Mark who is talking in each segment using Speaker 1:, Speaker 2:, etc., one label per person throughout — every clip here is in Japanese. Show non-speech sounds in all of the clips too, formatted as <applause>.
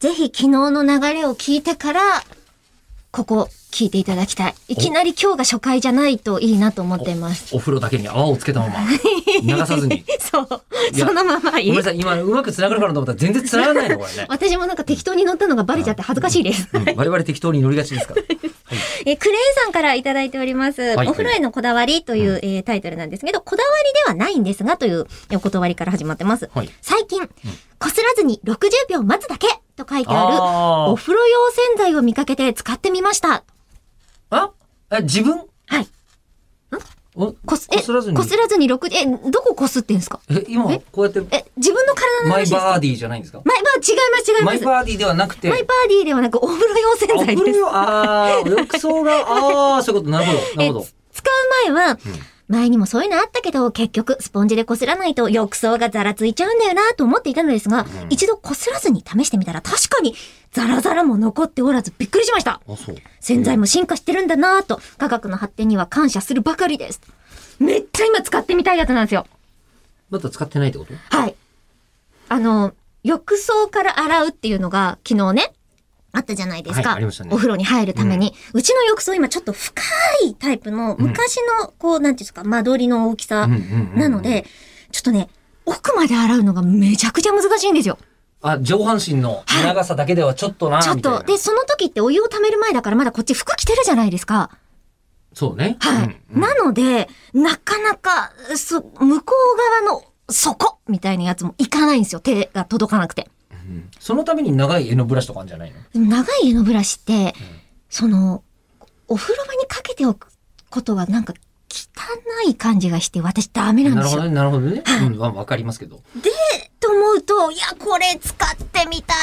Speaker 1: ぜひ昨日の流れを聞いてから、ここ聞いていただきたい。いきなり今日が初回じゃないといいなと思ってます。
Speaker 2: お風呂だけに泡をつけたま
Speaker 1: <laughs>
Speaker 2: ま、流さずに。
Speaker 1: そう。
Speaker 2: いや
Speaker 1: そのまま
Speaker 2: ご
Speaker 1: い
Speaker 2: めん
Speaker 1: い
Speaker 2: な。さい、今うまく繋がるかなと思ったら全然繋がらないの、これね。
Speaker 1: 私もなんか適当に乗ったのがバレちゃって恥ずかしいです。
Speaker 2: うん我々適当に乗りがちですから。
Speaker 1: <laughs> えークレイさんからいただいております。
Speaker 2: いはい
Speaker 1: お風呂へのこだわりという、えータイトルなんですけど、こだわりではないんですがというえーお断りから始まってます。
Speaker 2: はい
Speaker 1: 最近、こすらずに60秒待つだけと書いてある、
Speaker 2: あ
Speaker 1: お風呂用洗剤を見かけて使ってみました。 <laughs>
Speaker 2: あ。あえ自分
Speaker 1: はい。
Speaker 2: お
Speaker 1: こす、え、
Speaker 2: こすらずに
Speaker 1: こすらずに6、え、どここすってんですか
Speaker 2: え、今
Speaker 1: え、
Speaker 2: こうやって、
Speaker 1: え、自分の体の
Speaker 2: マ
Speaker 1: 話で
Speaker 2: イ
Speaker 1: すか
Speaker 2: バーディーじゃないんですか
Speaker 1: マイバー、違います、違い
Speaker 2: マ
Speaker 1: ま
Speaker 2: イ
Speaker 1: す。マイ
Speaker 2: バーディーではなくて、
Speaker 1: バーディーではなく、お風呂用洗剤です。
Speaker 2: あ、お風呂あー、浴槽が、ああ、そういうこと、なるほど、なるほど
Speaker 1: え。使う前は、前にもそういうのあったけど、結局、スポンジで擦らないと浴槽がザラついちゃうんだよなと思っていたのですが、一度擦らずに試してみたら確かにザラザラも残っておらずびっくりしました。
Speaker 2: あ、そう。
Speaker 1: 洗剤も進化してるんだなと、科学の発展には感謝するばかりです。めっちゃ今使ってみたいやつなんですよ。
Speaker 2: まだ使ってないってこと
Speaker 1: はい。あの、浴槽から洗うっていうのが昨日ね、あったじゃないですか。
Speaker 2: はいありましたね
Speaker 1: お風呂に入るために。うちの浴槽今ちょっと深いタイプの昔の、こう、なんていうんですか、間取りの大きさ
Speaker 2: うんうんうんうん
Speaker 1: なので、ちょっとね、奥まで洗うのがめちゃくちゃ難しいんですよ。
Speaker 2: あ、上半身の長さだけではちょっとな、
Speaker 1: ちょっ
Speaker 2: みたい
Speaker 1: と。
Speaker 2: な。
Speaker 1: で、その時ってお湯を溜める前だからまだこっち服着てるじゃないですか。
Speaker 2: そうね。
Speaker 1: はい。
Speaker 2: うんうん
Speaker 1: なので、なかなか、そ、向こう側の底みたいなやつもいかないんですよ。手が届かなくて。
Speaker 2: そのために長い絵のブラシとかあるんじゃないの
Speaker 1: でも長い絵のブラシって、その、お風呂場にかけておくことがなんか汚い感じがして、私ダメなん
Speaker 2: な
Speaker 1: で
Speaker 2: る
Speaker 1: す
Speaker 2: ほ
Speaker 1: よ。
Speaker 2: どね、なるほどね。うん、わわかりますけど。
Speaker 1: と思うと、いや、これ使ってみた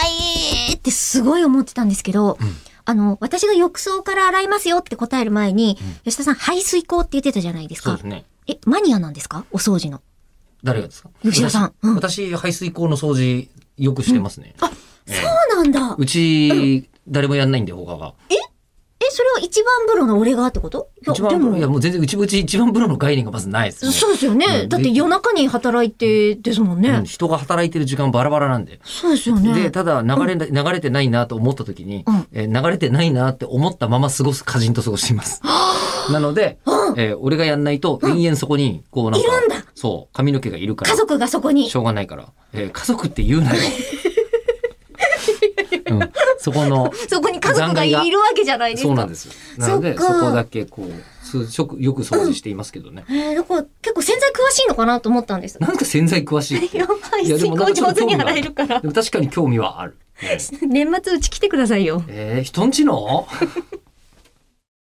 Speaker 1: いってすごい思ってたんですけど、あの、私が浴槽から洗いますよって答える前に、吉田さん排水口って言ってたじゃないです
Speaker 2: そ
Speaker 1: か
Speaker 2: うです。ね。
Speaker 1: え、マニアなんですかお掃除の。
Speaker 2: 誰がですか
Speaker 1: 吉田さんうん
Speaker 2: 私、私排水口の掃除、よくしてますね。
Speaker 1: あ、
Speaker 2: ええ
Speaker 1: そうなんだ。
Speaker 2: うち、誰もやんないんで、他が。
Speaker 1: え、それは一番風呂の俺がってこといや
Speaker 2: 一番、
Speaker 1: でも
Speaker 2: いや、もう全然、うち、うち一番風呂の概念がまずないですね。
Speaker 1: そうですよね。
Speaker 2: うん
Speaker 1: だって夜中に働いてですもんね。
Speaker 2: うん人が働いてる時間バラバラなんで。
Speaker 1: そうですよね。
Speaker 2: で、ただ流れな、流れてないなと思った時に、
Speaker 1: うん
Speaker 2: えー流れてないなって思ったまま過ごす、歌人と過ごしています。なので、えー俺がやんないと、延々そこに、こうなんか、
Speaker 1: いるんだ
Speaker 2: そう、髪の毛がいるから
Speaker 1: 家、族がそこに
Speaker 2: し。ょうがないから、えー家族って言うなよ。 <laughs> うん、そこの、
Speaker 1: そこに家族がいるわけじゃないですか。
Speaker 2: <laughs> そうなんですよ。なので、
Speaker 1: そっ
Speaker 2: そ
Speaker 1: か
Speaker 2: こだけこう、すよくよく掃除していますけどね。
Speaker 1: えー、だから結構洗剤詳しいのかなと思ったんです。
Speaker 2: なんか洗剤詳し <laughs> いって。 <laughs>
Speaker 1: やばい、
Speaker 2: いや
Speaker 1: 水
Speaker 2: でもなんか
Speaker 1: 口
Speaker 2: ちょっ
Speaker 1: 上
Speaker 2: と
Speaker 1: 手
Speaker 2: 興味
Speaker 1: に
Speaker 2: があ
Speaker 1: 洗
Speaker 2: る
Speaker 1: えるから。 <laughs>
Speaker 2: でも確かに興味はある。ね
Speaker 1: 年末うち来てくださいよ。
Speaker 2: えー、人んちの